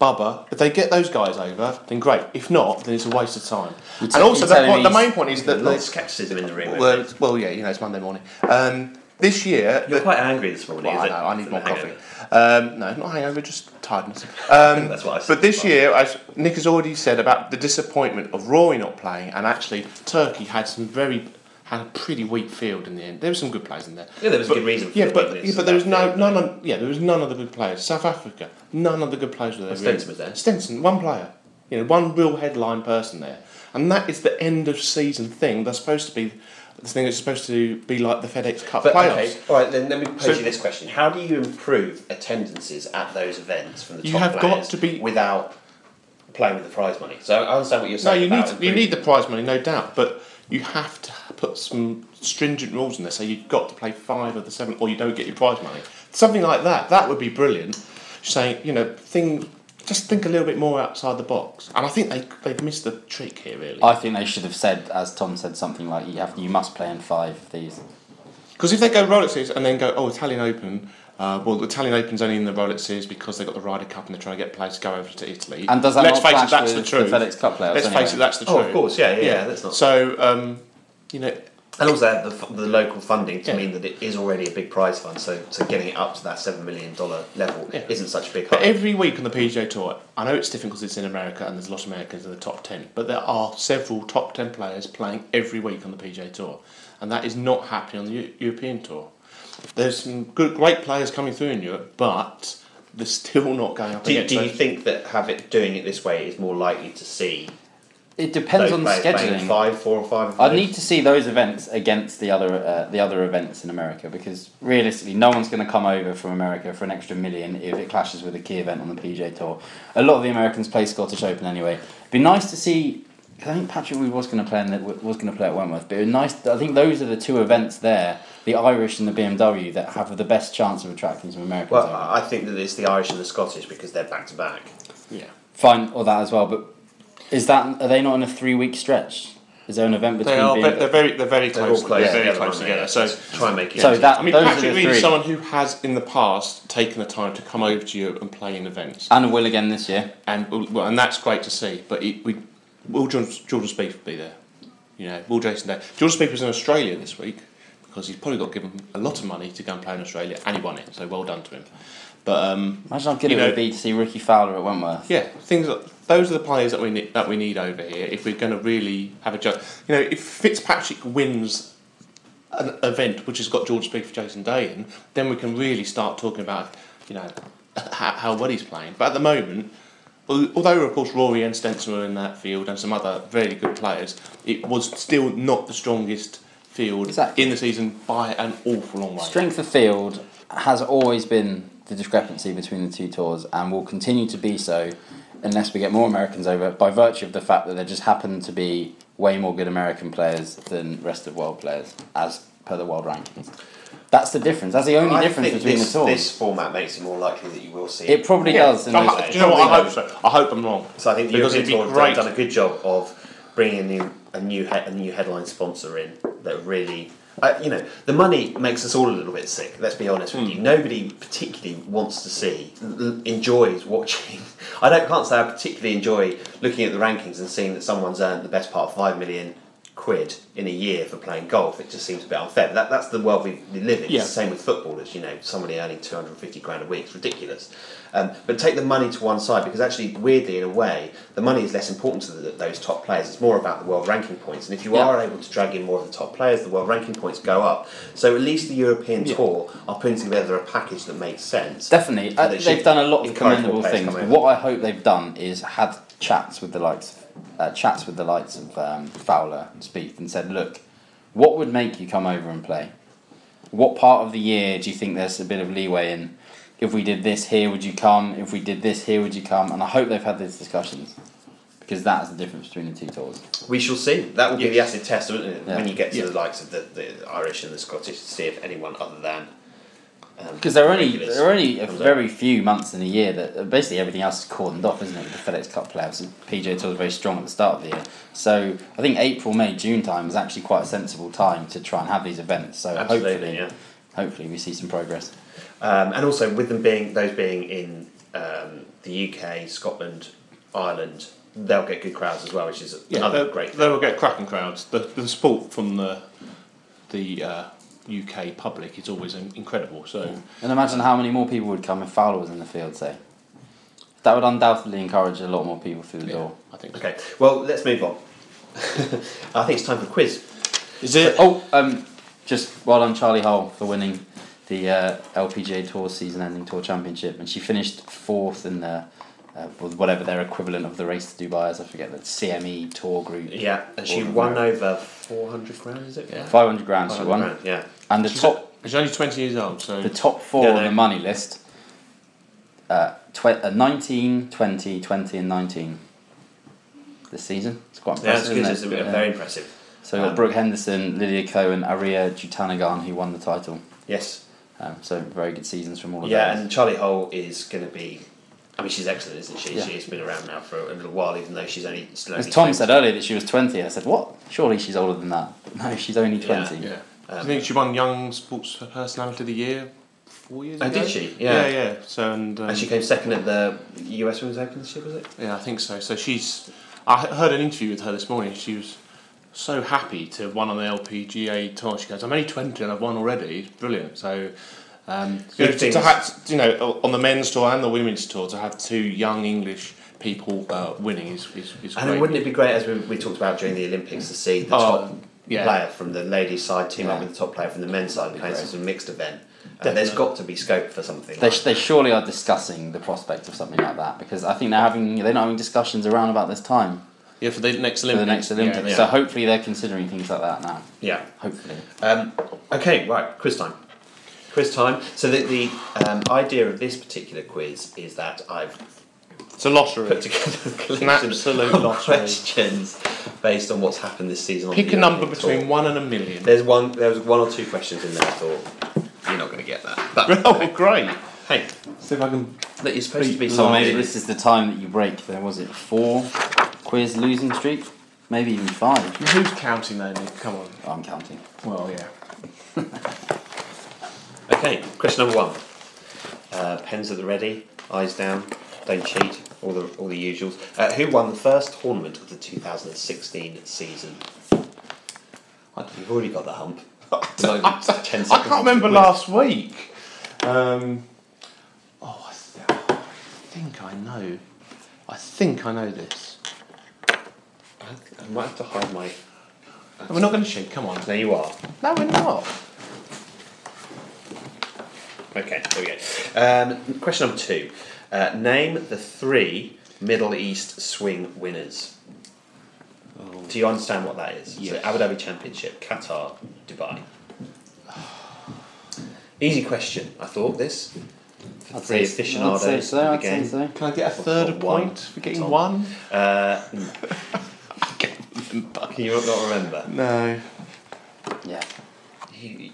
S3: Bubba. If they get those guys over, then great. If not, then it's a waste of time.
S2: You're
S3: and
S2: t-
S3: also,
S2: you're
S3: that
S2: telling
S3: point, the
S2: me-
S3: main point is that
S1: a lot of
S3: they-
S1: scepticism in the room.
S3: well, it's- well, yeah, you know, it's Monday morning. Um, this year,
S1: You're
S3: the-
S1: quite angry this morning.
S3: well,
S1: is
S3: I
S1: it?
S3: know, I need
S1: From
S3: more
S1: the hangover.
S3: coffee. Um, no, not hangover, just tiredness. Um,
S1: That's what I said.
S3: But this year, as Nick has already said about the disappointment of Rory not playing, and actually Turkey had some very had a pretty weak field in the end. There were some good players in there.
S1: Yeah, there was a
S3: but,
S1: good reason for
S3: yeah,
S1: the
S3: but
S1: weakness
S3: yeah,
S1: of
S3: but there was
S1: that
S3: no
S1: field.
S3: none. Of, yeah, there was none of the good players. South Africa, none of the good players were there. really.
S1: Stenson was there.
S3: Stenson, one player. You know, one real headline person there, and that is the end of season thing. That's supposed to be the thing that's supposed to be like the FedEx Cup
S1: But
S3: playoffs.
S1: okay, all right. Then let me pose
S3: So-
S1: you this question: How do you improve attendances at those events from the
S3: You
S1: top
S3: have got
S1: players
S3: to be-
S1: without playing with the prize money? So I understand what you're
S3: No,
S1: saying.
S3: you
S1: about
S3: need you
S1: improving-
S3: need the prize money, no doubt, but you have to put some stringent rules in there. So you've got to play five of the seven, or you don't get your prize money. Something like that. That would be brilliant. Saying you know, thing, just think a little bit more outside the box. And I think they they've missed the trick here, really.
S2: I think they should have said, as Tom said, something like you have you must play in five of these.
S3: Because if they go Rolex series and then go, oh, Italian Open. Uh, well, the Italian Open's only in the Rolex Series because they've got the Ryder Cup and they're trying to get players to go over to Italy.
S2: And does that
S3: Let's
S2: not
S3: face
S2: clash
S3: it, that's
S2: with
S3: the truth.
S2: the FedEx Cup playoffs
S3: Let's face
S2: anyway?
S3: it, that's the
S1: Oh,
S3: truth.
S1: of course, yeah, yeah. yeah, that's not.
S3: So, um, you know,
S1: And also they have the, f- the local funding to
S3: Yeah.
S1: mean that it is already a big prize fund, so, so getting it up to that $7 million level
S3: Yeah.
S1: isn't such a big
S3: But
S1: hurdle.
S3: every week on the PGA Tour, I know it's different because it's in America and there's a lot of Americans in the top 10, but there are several top 10 players playing every week on the PGA Tour, and that is not happening on the Eu- European Tour. There's some good, great players coming through in Europe, but they're still not going up
S1: do,
S3: against
S1: do you
S3: those-
S1: think that have it doing it this way is more likely to see
S2: It
S1: those
S2: depends on the
S1: players playing
S2: scheduling.
S1: five, four, or five? Of
S2: I
S1: those?
S2: need to see those events against the other uh, the other events in America because realistically, no one's going to come over from America for an extra million if it clashes with a key event on the PJ Tour. A lot of the Americans play Scottish Open anyway. It'd be nice to see. 'cause I think Patrick Reed was going to play in the, was going to play at Wentworth, but it'd be nice. I think those are the two events there, the Irish and the BMW, that have the best chance of attracting some Americans.
S1: Well,
S2: over.
S1: I I think that it's the Irish and the Scottish because they're back to back.
S3: Yeah.
S2: Fine, or that as well. But is that are they not in a three week stretch? Is there an event between?
S3: They are,
S2: being-
S3: ve- they're very, they're very
S1: They're all
S3: close,
S1: close
S3: they're very
S1: together.
S3: close
S1: aren't they?
S3: together. So,
S1: try and make it.
S2: so that
S3: I mean,
S2: those are
S3: Patrick
S2: the
S3: Reed
S2: three,
S3: is someone who has in the past taken the time to come over to Europe and play in events.
S2: and will again this year.
S3: and well, and that's great to see. But it, we, will Jordan, Jordan Spieth be there? You know, will Jason Day? Jordan Spieth was in Australia this week because he's probably got given a lot of money to go and play in Australia, and he won it. So well done to him. But um,
S2: Imagine how good
S3: You
S2: it
S3: know-
S2: would be to see Ricky Fowler at Wentworth.
S3: yeah, things like, those are the players that we need, that we need over here if we're going to really have a job. You know, if Fitzpatrick wins an event which has got George Speed for Jason Day in, then we can really start talking about you know how, how well he's playing. But at the moment, al- although of course Rory and Stenson were in that field and some other really good players, it was still not the strongest field
S2: Exactly.
S3: in the season by an awful long way.
S2: Strength of field has always been the discrepancy between the two tours and will continue to be so unless we get more Americans over by virtue of the fact that there just happen to be way more good American players than rest of world players as per the world rankings. That's the difference. That's the only
S1: I
S2: difference
S1: think
S2: between
S1: this,
S2: the tours.
S1: this format makes it more likely that you will see
S2: it probably
S3: Yeah,
S2: does. In
S3: I
S2: those
S3: ho- do you know what? I hope so. I hope I'm wrong.
S1: So I think the
S3: Because
S1: European Tour
S3: it'd be
S1: have
S3: great.
S1: done- done a good job of bringing a new a new, he- a new headline sponsor in that really I, you know, the money makes us all a little bit sick. Let's be honest with
S3: Hmm.
S1: you. Nobody particularly wants to see, l- l- enjoys watching. I don't can't say I particularly enjoy looking at the rankings and seeing that someone's earned the best part of five million quid in a year for playing golf. It just seems a bit unfair. But that, that's the world we we live in.
S3: Yeah.
S1: It's the same with footballers. You know, somebody earning two hundred and fifty grand a week is ridiculous. Um, but take the money to one side because actually, weirdly, in a way, the money is less important to the, those top players. It's more about the world ranking points. And if you
S2: Yeah.
S1: are able to drag in more of the top players, the world ranking points go up. So at least the European Tour are putting together a package that makes sense.
S2: Definitely, uh,
S1: they should
S2: they've done a lot of
S1: encourage more
S2: commendable
S1: players
S2: things.
S1: to come
S2: What I hope they've done is had chats with the likes, of, uh, chats with the likes of um, Fowler and Spieth, and said, "Look, what would make you come over and play? What part of the year do you think there's a bit of leeway in? If we did this here, would you come? If we did this here, would you come?" And I hope they've had these discussions because that is the difference between the two tours.
S1: We shall see. That will be the
S3: Yes.
S1: acid test, wouldn't it? When
S2: Yeah.
S1: you get to
S3: Yeah.
S1: the likes of the, the Irish and the Scottish to see if anyone other than. um,
S2: Because there are only
S1: Regulars.
S2: there are only a
S1: Comes
S2: very few months in the year that uh, basically everything else is cordoned off, isn't it? With the FedEx Cup playoffs, and PJ Tour is very strong at the start of the year. So I think April, May, June time is actually quite a sensible time to try and have these events. So
S1: Absolutely,
S2: hopefully,
S1: yeah.
S2: hopefully we see some progress.
S1: Um, and also with them being those being in um, the UK, Scotland, Ireland, they'll get good crowds as well, which is another
S3: they'll-
S1: Oh, great.
S3: They will get cracking crowds. The, the support from the the uh, UK public is always in- incredible. So
S2: And imagine how many more people would come if Fowler was in the field, say. That would undoubtedly encourage a lot more people through the door.
S3: I think
S1: Okay, well let's move on. I think it's time for a quiz.
S2: Is it? Oh, um, just well done, Charlie Hull, for winning the uh, LPGA Tour season-ending Tour Championship, and she finished fourth in the uh, with whatever their equivalent of the race to Dubai is. I forget the CME E Tour group.
S1: Yeah, and she
S2: Or-
S1: won over four hundred grand, is it?
S3: Yeah.
S2: Five hundred grand she
S1: 500
S2: won,
S1: grand, yeah.
S2: and the
S3: She's,
S2: top
S3: she's only twenty years old, so
S2: the top four
S1: Yeah,
S2: on
S1: no.
S2: the money list. Uh, tw- uh, 19, 20, 20 and 19 this season. It's quite
S1: Yeah, it's
S2: impressive.
S1: good.
S2: isn't
S1: It's
S2: it?
S1: a bit-
S2: Yeah.
S1: very impressive.
S2: So we've
S1: Um,
S2: got Brooke Henderson, Lydia Cohen, Aria Jutanagan, who won the title.
S1: Yes.
S2: Um, so very good seasons from all of
S1: Yeah,
S2: those.
S1: and Charlie Hole is going to be. I mean, she's excellent, isn't she?
S2: Yeah.
S1: She's been around now for a little while, even though she's only. Still only
S2: As Tom
S1: 20.
S2: said earlier that she was 20, I said, what? Surely she's older than that. No, she's only 20.
S3: yeah. I
S1: Um,
S3: think she won Young Sports Personality of the Year four years
S1: Oh,
S3: ago.
S1: did she? Yeah.
S3: yeah, yeah. So and, um,
S1: And she came second at the US Women's Championship, was it?
S3: Yeah, I think so. So she's. I he- heard an interview with her this morning. She was so happy to have won on the LPGA tour. She goes, "I'm only 20 and I've won already. It's brilliant." So. Um, you know,
S1: Good
S3: to, to
S1: things.
S3: have, you know, on the men's tour and the women's tour, to have two young English people uh, winning is is, is
S1: And
S3: great.
S1: wouldn't it be great, as we, we talked about during the Olympics, to see the
S3: Oh,
S1: top
S3: yeah.
S1: player from the ladies' side team up
S2: Yeah.
S1: with the top player from the men's side, because
S2: great.
S1: it's a mixed event. And there's got to be scope for something.
S2: They,
S1: like-
S2: they surely are discussing the prospect of something like that because I think they're having they're not having discussions around about this time
S3: yeah, for the next
S2: for
S3: Olympics.
S2: the next
S3: yeah,
S2: Olympics.
S3: yeah.
S2: So hopefully they're considering things like that now.
S1: yeah.
S2: Hopefully.
S1: Um, okay, right, quiz time. Quiz time. So the, the um, idea of this particular quiz is that I've
S3: It's a lottery.
S1: put together a collection
S3: absolute
S1: of
S3: lottery.
S1: questions based on what's happened this season. on
S3: Pick
S1: the
S3: a number
S1: European
S3: between
S1: Tour.
S3: one and a million.
S1: There's one. There was one or two questions in there. I thought you're not going to get that. But
S3: oh, great!
S1: hey,
S3: See if I can.
S1: that you're supposed to be
S2: So
S1: someone.
S2: maybe this is the time that you break. There was it four quiz losing streak, maybe even five. Oh,
S3: Who's counting though? Nick? Come on.
S2: I'm counting.
S3: Well, yeah.
S1: Okay, question number one. Uh, pens at the ready, eyes down, don't cheat. All the all the usuals. Uh, who won the first tournament of the 2016 season? You've already got the hump. It's not even 10
S3: I
S1: seconds
S3: can't remember
S1: into the quiz.
S3: last week. Um, oh, I, th- I think I know. I think I know this.
S1: I think I might have to hide my.
S3: No, we're not going to cheat. Come on.
S1: There you are.
S3: No, we're not.
S1: Okay, there we go. Um, question number two. Uh, name the three Middle East swing winners. Do you understand what that is?
S3: Yes.
S1: So Abu Dhabi Championship, Qatar, Dubai. Easy question, I thought this. For three
S2: I'd say, I'd
S1: aficionados
S2: say
S1: of
S2: so.
S1: the
S2: I'd say
S1: game.
S2: so.
S3: Can I get a
S1: What's
S3: third
S1: not one?
S3: point for getting
S1: Tom.
S3: one?
S1: Uh, no. Can you not remember?
S3: No.
S2: Yeah.
S1: You-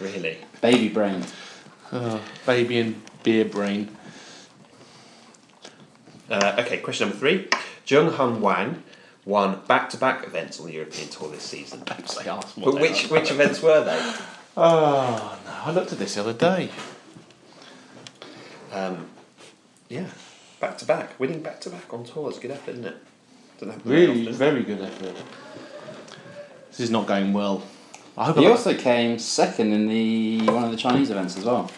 S1: really?
S2: Baby brain.
S3: Oh, baby and beer brain.
S1: Uh, okay, question number three. Jung Hun Wang won back to back events on the European Tour this season.
S3: Perhaps they asked what
S1: But
S3: they
S1: which,
S3: are.
S1: which events were they?
S3: Oh, no. I looked at this the other day.
S1: Um, yeah, back to back, winning back to back on tour is good effort, isn't it? Doesn't happen very
S3: Really,
S1: often.
S3: very good effort. This is not going well. I hope I
S2: He
S3: got-
S2: also came second in the one of the Chinese events as well.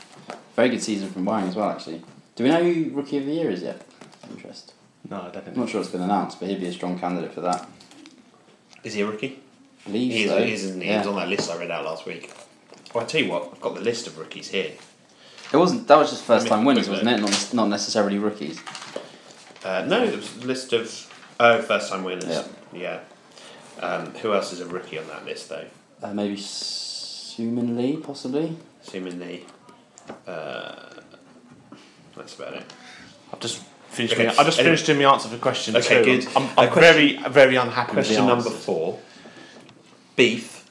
S2: Very good season from Wang as well, actually. Do we know who Rookie of the Year is yet? Interest.
S3: No, I don't
S2: I'm
S3: think.
S2: not sure it's been announced, but he'd be a strong candidate for that.
S1: Is he a rookie?
S2: I believe
S1: He is,
S2: so.
S1: he is, isn't he? He was on that list I read out last week. Well, I tell you what, I've got the list of rookies here.
S2: It wasn't. That was just first
S1: me
S2: time winners,
S1: quick
S2: wasn't it? Not, not necessarily rookies.
S1: Uh, no, it was a list of oh, first time winners.
S2: Yeah.
S1: Yeah. Um, who else is a rookie on that list though?
S2: Uh, maybe Sumin Lee, possibly.
S1: Assuming the. Uh, that's about it.
S3: I've just finished.
S1: Okay,
S3: my, I just
S1: anyway.
S3: finished doing my answer for question
S1: Okay,
S3: two.
S1: good.
S3: I'm, I'm
S1: Uh, question-
S3: very, very unhappy.
S1: Question
S3: with the
S1: number
S3: answers.
S1: four. Beef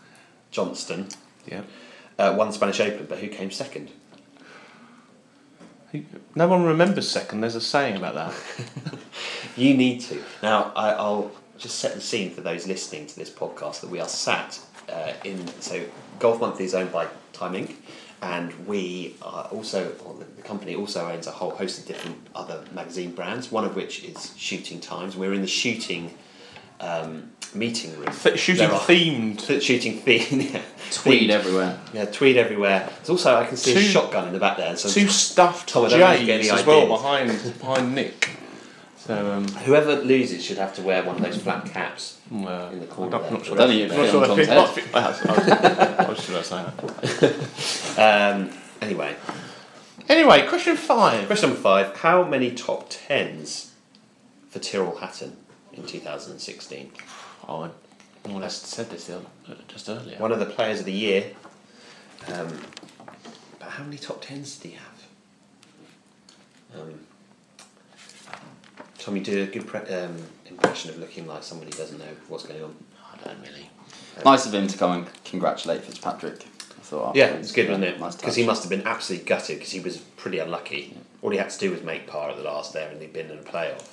S1: Johnston
S3: Yeah.
S1: uh, won the Spanish Open, but who came second?
S3: Who- No one remembers second. There's a saying about that.
S1: You need to. Now, I, I'll just set the scene for those listening to this podcast that we are sat uh, in. So, Golf Monthly is owned by Time Inc. And we are also, or the- the company also owns a whole host of different other magazine brands, one of which is Shooting Times. We're in the shooting um, meeting room.
S3: Th- shooting
S1: There are-
S3: themed.
S1: Shooting theme, yeah.
S2: Tweed
S1: Themed.
S2: everywhere.
S1: Yeah, tweed everywhere. There's also, I can see
S3: Two-
S1: a shotgun in the back there. So
S3: Two stuffed
S1: Tom, I don't know if you get
S3: Jays
S1: any
S3: as well
S1: ideas.
S3: behind behind Nick. So um,
S1: whoever loses should have to wear one of those flat caps.
S3: uh,
S1: In the corner
S3: I'm
S1: there.
S3: not sure.
S2: I don't think it'd
S3: I'm not
S2: fit
S3: sure
S2: on
S3: they fit-
S2: Tom's
S3: not fit- I was- I was- I was sure I was saying that.
S1: Um, anyway,
S3: Anyway, question five.
S1: Question number five: How many top tens for Tyrrell Hatton in 2016?
S3: Oh, I more or less said this the
S1: uh,
S3: other- just earlier.
S1: One of the players of the year. Um, but how many top tens did he have? Um, Tommy, do a good pre- um, impression of looking like somebody who doesn't know what's going on.
S3: I don't really.
S2: Nice of him to come and congratulate Fitzpatrick. I thought.
S1: Yeah,
S2: afterwards.
S1: it's good, wasn't it?
S2: Nice
S1: Because he must have been absolutely gutted because he was pretty unlucky. All he had to do was make par at the last there, and he'd been in a playoff.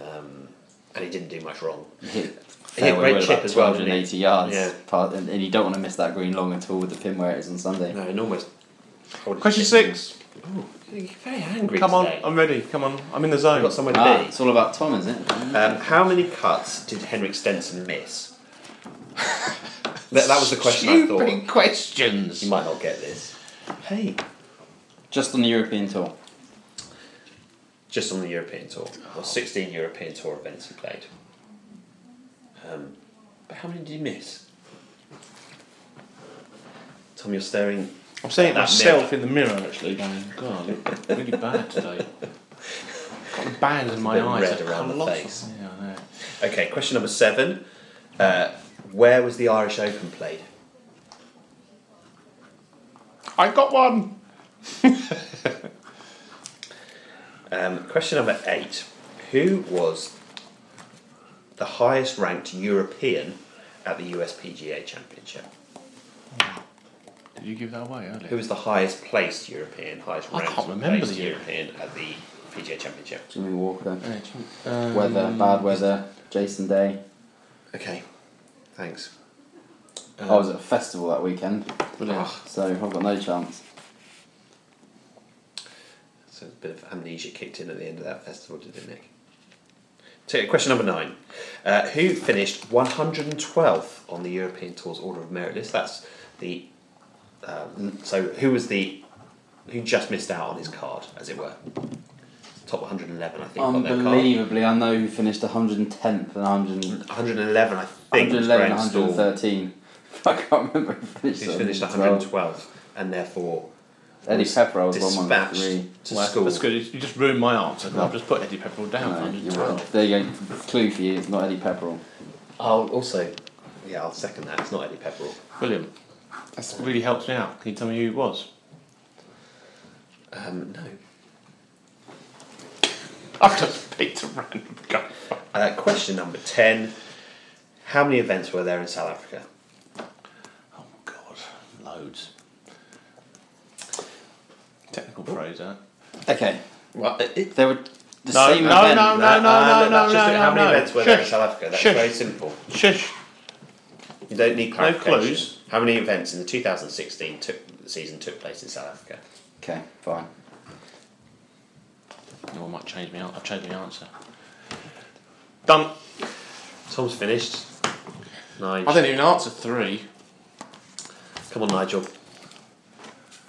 S1: Um, and he didn't do much wrong.
S2: hit
S1: hit great
S2: fairway
S1: chip
S2: chip
S1: as
S2: as
S1: well, didn't he?
S2: 280 yards.
S1: Yeah.
S2: Part, and, and you don't want to miss that green long at all with the pin where it is on Sunday.
S1: No, and almost. hold his
S3: Question
S1: shit.
S3: six.
S1: Oh, you're very angry.
S3: Come on,
S1: today.
S3: I'm ready. Come on, I'm in the
S1: I've
S3: zone.
S1: got somewhere to
S2: Ah,
S1: be.
S2: it's all about Tom, is it?
S1: Um, how many cuts did Henrik Stenson miss? that, that was the question I
S3: Stupid
S1: thought.
S3: questions.
S1: You might not get this. Hey,
S2: Just on the European tour.
S1: just on the European tour. Well, 16 European tour events he played. Um, but how many did he miss? Tom, you're staring.
S3: I'm saying it
S1: That Oh,
S3: myself in the mirror actually, going, God, I look really bad today. Got bands in my
S1: bit
S3: eyes.
S1: red
S3: are
S1: around the
S3: colossal.
S1: face.
S3: Yeah, I know.
S1: Okay, question number seven. Uh, where was the Irish Open played?
S3: I got one.
S1: Um, question number eight: Who was the highest-ranked European at the USPGA Championship?
S3: Did you give that away earlier?
S1: Who was the highest-placed European, highest-ranked
S3: can't remember
S1: placed
S3: the Euro-
S1: European at the PGA Championship?
S2: Jimmy Walker.
S3: Uh, um,
S2: Weather, bad weather. Jason Day.
S1: Okay, thanks.
S2: I was at a festival that weekend,
S3: Brilliant.
S1: Ah,
S2: so I've got no chance.
S1: so a bit of amnesia kicked in at the end of that festival, did it, Nick? So, question number nine: uh, Who finished 112th on the European Tour's Order of Merit list? That's the um, so who was the who just missed out on his card, as it were. Top 111, I think, on their card.
S2: Unbelievably, I know who finished 110th and 100,
S1: 111, I think, was
S2: 111
S1: Graham Stall,
S2: 113. I can't remember who finished.
S1: who's finished
S2: 112.
S1: 112, and therefore
S2: Eddie
S1: was
S2: Pepperell was one one
S1: dispatched
S2: three.
S1: to
S3: Well,
S1: school.
S3: That's good. You just ruined my answer. 'cause I've just put Eddie Pepperell down. for
S2: No, you're
S3: 112.
S2: right. There you go. Clue for you. It's not Eddie Pepperell.
S1: I'll also, yeah, I'll second that. It's not Eddie Pepperell.
S3: Brilliant. That really helps me out. Can you tell me who it was?
S1: Um, no.
S3: I've just picked a random guy.
S1: Uh, question number 10 How many events were there in South Africa?
S3: Oh God, loads. Technical phrase, that.
S2: Okay.
S1: Well, it,
S2: There were the
S3: No,
S2: same
S3: no,
S2: event.
S3: no,
S1: That-
S3: no,
S1: ah,
S3: no,
S1: look, that's just
S3: no, no,
S1: it. How
S3: no,
S1: many
S3: no.
S1: events were there in
S3: Shush.
S1: South Africa? That's
S3: Shush.
S1: very simple.
S3: Shush.
S1: You don't need clarification.
S3: clues.
S1: How many events in the 2016 took, season took place in South Africa?
S2: Okay, fine.
S3: No one might change me. I've changed my answer. Done.
S1: Tom's finished. Nigel.
S3: I didn't even answer three.
S1: Come on, Nigel.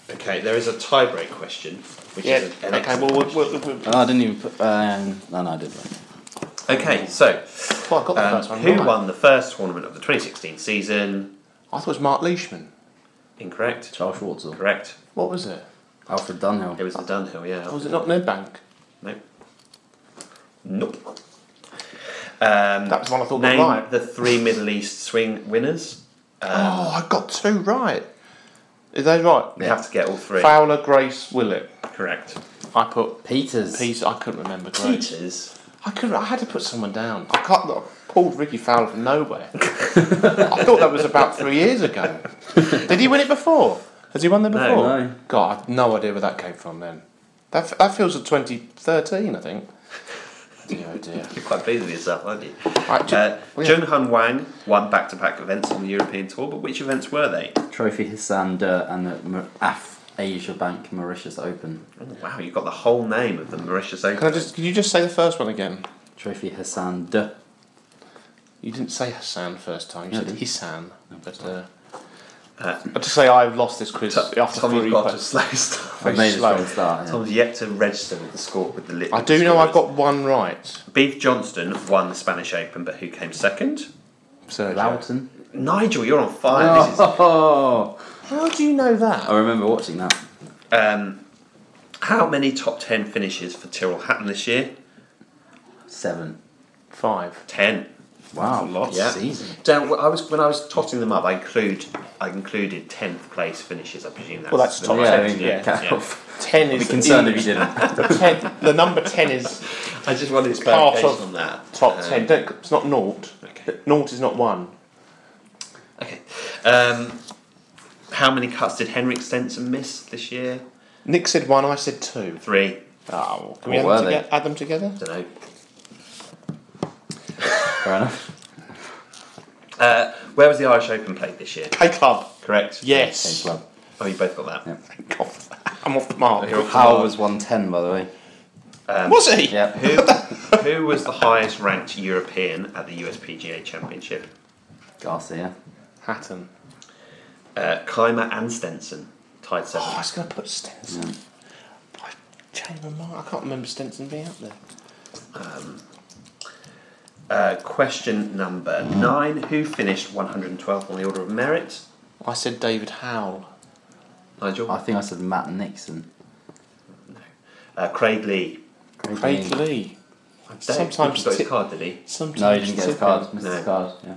S1: Okay, there is a tiebreak question, which is an
S3: Okay.
S1: excellent
S3: Well, we'll,
S1: question.
S3: we'll, we'll,
S2: Oh, I didn't even put. Um, no, no, I did. not
S1: Okay, so
S3: well, I got the
S1: um,
S3: first one.
S1: who
S3: right.
S1: won the first tournament of the 2016 season?
S3: I thought it was Mark Leishman.
S1: Incorrect.
S2: Charles Schwartzel,
S1: Correct.
S3: What was it?
S2: Alfred Dunhill.
S1: It was the Dunhill, yeah.
S3: Oh, Was it not Nedbank?
S1: Nope. Nope. Um,
S3: That was the one I thought
S1: name uh,
S3: was right.
S1: the three Middle East swing winners.
S3: oh, I got two right. Is that right?
S1: You have to get all three.
S3: Fowler, Grace, Willett.
S1: Correct.
S3: I put
S2: Peters.
S3: Peter. I couldn't remember Grace.
S1: Peters.
S3: I could. I had to put someone down. I can't. I pulled Ricky Fowler from nowhere. I thought that was about three years ago. Did he win it before? Has he won there
S1: No,
S3: before?
S2: no.
S3: God, I have no idea where that came from. Then that f- that feels like 2013, I think. Dear, oh dear.
S1: You're quite pleased with yourself, aren't you?
S3: Right, ju-
S1: Uh,
S3: well, yeah.
S1: Jung Han Wang won back to back events on the European Tour, but which events were they?
S2: Trophy Hassan Dirt and the Mar- Af Asia Bank Mauritius Open.
S1: Oh, wow, you got the whole name of the Mauritius Open.
S3: Can I just? Can you just say the first one again?
S2: Trophy Hassan Dirt.
S3: You didn't say Hassan first time. You
S2: No, I
S3: said
S2: didn't.
S3: Hissan. But uh,
S1: Uh,
S3: I just say I've lost this quiz
S1: T-
S3: after
S1: Tom's
S3: three.
S1: got a
S3: questions.
S1: slow start.
S2: I've made a
S3: slow.
S2: strong start. Yeah.
S1: Tom's yet to register with the score with the lip.
S3: I do know I've got one right.
S1: Beef Johnston won the Spanish Open, but who came second?
S3: Sergio.
S2: Loughton.
S1: Nigel, you're on fire. This is
S2: Oh,
S3: How do you know that?
S2: I remember watching that.
S1: Um, how many top 10 finishes for Tyrrell Hatton this year?
S2: Seven.
S3: Five.
S1: 10.
S2: Wow,
S3: That's a lot.
S1: Yeah.
S2: season.
S1: Down, I was, when I was totting them up, I, include, I included 10th place finishes, I presume that's,
S3: Well, that's top
S2: yeah,
S3: ten.
S2: yeah.
S3: Yeah.
S2: Cut
S1: yeah.
S2: off.
S3: Ten
S2: I'd
S3: is
S2: be concerned if you didn't.
S3: ten. The number ten is
S1: I just wanted to
S3: Part
S1: clarification
S3: of
S1: on that.
S3: top
S1: Um,
S2: Uh,
S3: ten. Don't, it's not naught.
S1: Okay.
S3: Naught is not one.
S1: Okay. Um, how many cuts did Henrik Stenson miss this year?
S3: Nick said one. I said two.
S1: Three.
S3: Oh,
S2: What
S3: can we add
S2: were
S3: them,
S2: they?
S3: toge- add them together?
S1: I don't know.
S2: Fair enough.
S1: Uh, where was the Irish Open played this year?
S3: K Club.
S1: Correct.
S2: Same
S3: Yes.
S2: club.
S1: Oh, you both got that.
S3: God, I'm off the mark.
S1: You're off the
S2: Powell
S1: mark.
S2: was one ten, by the way.
S1: Um,
S3: Was he?
S2: Yeah.
S1: who, who was the highest ranked European at the USPGA Championship?
S2: Garcia.
S3: Hatton.
S1: Uh, Keimer and Stenson tied
S3: Oh, I
S1: seven.
S3: was going to put Stenson. I changed my mind. I can't remember Stenson being up there.
S1: Uh, question number nine: Who finished 112th on the Order of Merit?
S3: I said David Howell.
S1: Nigel.
S2: I think I said Matt Nixon.
S1: Uh, Craig Lee.
S2: Craig
S3: Craig
S2: Dean.
S3: Lee.
S1: I don't-
S3: Sometimes
S1: he got his
S3: tip-
S1: card, did he?
S3: Sometimes
S2: No, he didn't get his
S3: Tippett.
S2: card. Missed
S1: No.
S2: his card. Yeah.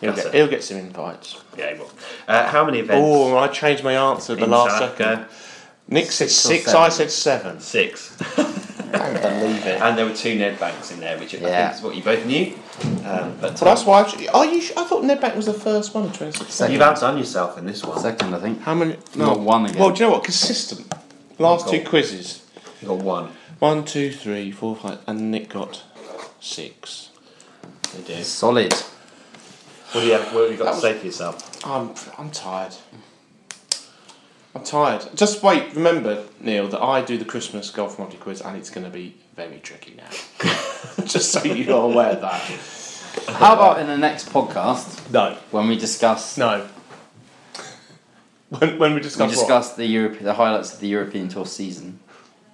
S3: He'll
S1: That's
S3: get,
S1: it.
S3: he'll get some invites.
S1: Yeah, he will. Uh, how many events?
S3: Oh, I changed my answer at the
S1: in
S3: last
S1: South
S3: second.
S1: Africa?
S3: Nick said
S2: Six or
S3: six,
S2: seven.
S3: I said seven.
S1: Six.
S3: I can't believe it.
S1: and there were two Ned Banks in there, which I
S2: Yeah.
S1: think is what you both knew. Um, but
S3: So that's why. I, sh- are you? Sh- I thought Nedbank was the first one in 2016.
S1: you've outdone yourself in this one.
S2: Second, I think.
S3: How many?
S2: Not one again.
S3: Well, do you know what? Consistent. Last
S1: Nick
S3: two
S1: got-
S3: quizzes.
S1: You got one.
S3: One, two, three, four, five, and Nick got six.
S1: You do.
S2: Solid.
S1: What do you have, what have you got
S3: That
S1: to
S3: was-
S1: say for yourself?
S3: I'm. I'm tired. I'm tired. Just wait. Remember, Neil, that I do the Christmas golf Monte quiz, and it's going to be very tricky now. Just so you're aware of that.
S2: How about in the next podcast
S3: No.
S2: when we discuss
S3: No. When, when we
S2: we
S3: discuss, what?
S2: discuss the Europe, the highlights of the European Tour season?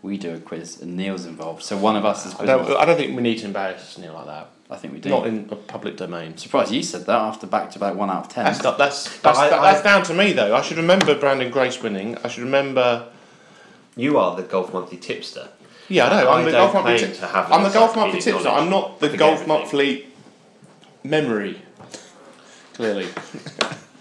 S2: We do a quiz and Neil's involved, so one of us is.
S3: I
S2: Quiz
S3: don't, I don't think we need to embarrass Neil like that.
S2: I think we do.
S3: Not in a public domain.
S2: I'm surprised you said that after back to back one out of ten.
S3: That's not, that's
S1: But
S3: that's,
S1: I-
S3: that-
S1: I-
S3: that's down to me though. I should remember Brandon Grace winning. I should remember.
S1: You are the Golf Monthly tipster.
S3: Yeah, I know.
S1: I
S3: I'm the
S1: don't
S3: golf monthly.
S1: claim
S3: Tip-
S1: to have
S3: I'm the golf
S1: encyclopedic
S3: monthly tipster.
S1: knowledge
S3: I'm not the
S1: of
S3: golf
S1: everything.
S3: monthly memory. Clearly,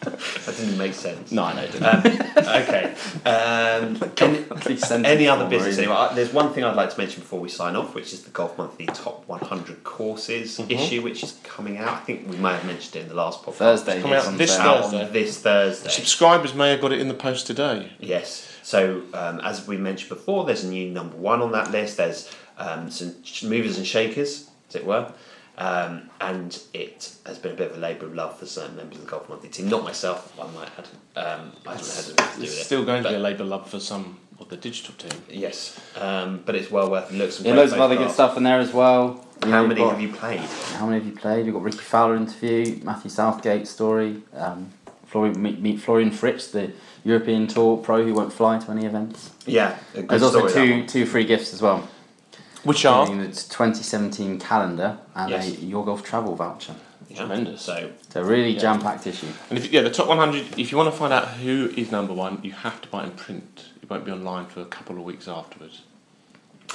S1: That didn't make sense.
S3: no, I know. Didn't.
S1: Um, okay. Um, any,
S2: Please send
S1: any
S2: it
S1: other
S2: for
S1: business?
S2: Maureen.
S1: Anyway, I- there's one thing I'd like to mention before we sign off, which is the Golf Monthly Top 100 Courses
S3: Mm-hmm.
S1: issue, which is coming out. I think we may have mentioned it in the last podcast.
S2: Thursday.
S3: Coming out
S2: on
S3: this
S1: Out
S2: Thursday.
S1: on this Thursday.
S3: Subscribers may have got it in the post today.
S1: Yes. So, um, as we mentioned before, there's a new number one on that list. There's um, some sh- movers and shakers, as it were. Um, and it has been a bit of a labour of love for certain members of the Golf Monthly team. Not myself, I might add. Um, I haven't had anything to do with
S3: It's
S1: it.
S3: still going to
S1: but-
S3: be a labour love for some of the digital team.
S1: Yes, um, but it's well worth a look. Some
S2: Yeah,
S1: great
S2: loads of other good
S1: photographs.
S2: stuff in there as well. You know,
S1: How
S2: you've
S1: many
S2: got-
S1: have you played?
S2: How many have you played? You've got Ricky Fowler interview, Matthew Southgate story, um, Florian, meet, meet Florian Fritz, the European Tour pro who won't fly to any events.
S1: Yeah, a good
S2: There's also
S1: story, that
S2: two
S1: one.
S2: two free gifts as well.
S3: Which are?
S2: Including the 2017 calendar and
S1: Yes.
S2: a Your Golf travel voucher.
S1: Yeah.
S3: Tremendous.
S1: So
S2: It's a really jam packed issue.
S3: And if, yeah, the top 100, if you want to find out who is number one, you have to buy it in print. It won't be online for a couple of weeks afterwards.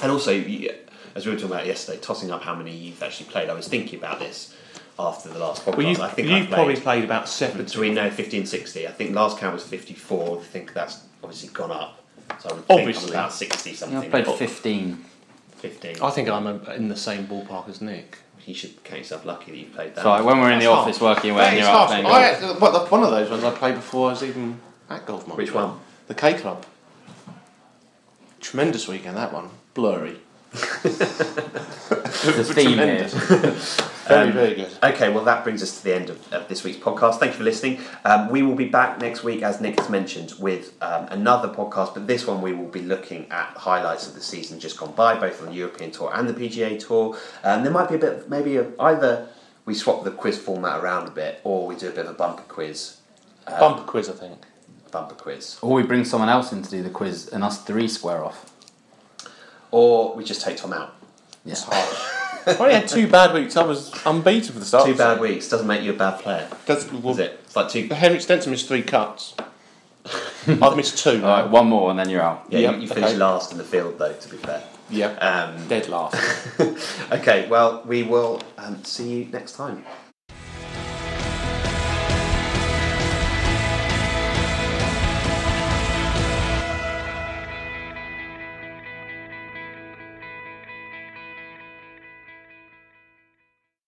S1: And also, you- as we were talking about yesterday, tossing up how many you've actually played. I was thinking about this after the last podcast.
S3: Well, you've,
S1: I think
S3: you've
S1: I played
S3: probably played about seven.
S1: between no 50 and 60. I think last count was 54. I think that's obviously gone up. So I would
S3: Obviously.
S1: think I'm about 60 something.
S2: I've played
S1: or
S2: 15.
S1: 15.
S3: I think I'm uh, in the same ballpark as Nick.
S1: You should count yourself lucky that you played that.
S2: So like, when we're in the
S3: That's
S2: office
S3: hard.
S2: working away, and you're out
S1: Oh,
S2: playing golf.
S3: I, well, that's one of those ones I played before I was even at Golf Month.
S1: Which one?
S3: The K Club. Tremendous weekend, that one. Blurry.
S2: the theme here.
S3: Tremendous. very, very good.
S1: Okay, well, that brings us to the end of, of this week's podcast. Thank you for listening. Um, we will be back next week, as Nick has mentioned, with um, another podcast, but this one we will be looking at highlights of the season just gone by, both on the European Tour and the PGA Tour. Um, there might be a bit, maybe a, either we swap the quiz format around a bit, or we do a bit of a bumper quiz.
S2: Um, uh,
S3: Bumper quiz, I think.
S1: Bumper quiz.
S2: Or we bring someone else in to do the quiz and us three square off.
S1: Or we just take Tom out.
S2: Yeah.
S3: I only had two bad weeks. I was unbeaten for the start.
S1: Two bad weeks doesn't make you a bad player,
S3: That's, well,
S1: does it? It's like two.
S3: The Henrik Stenson missed three cuts. I've missed two.
S2: All right, one more and then you're out.
S1: Yeah,
S3: Yeah,
S1: you, you finish
S3: okay.
S1: last in the field, though, to be fair.
S3: Yep.
S2: Uh,
S1: Um,
S3: Dead last.
S1: okay, well, we will um, see you next time.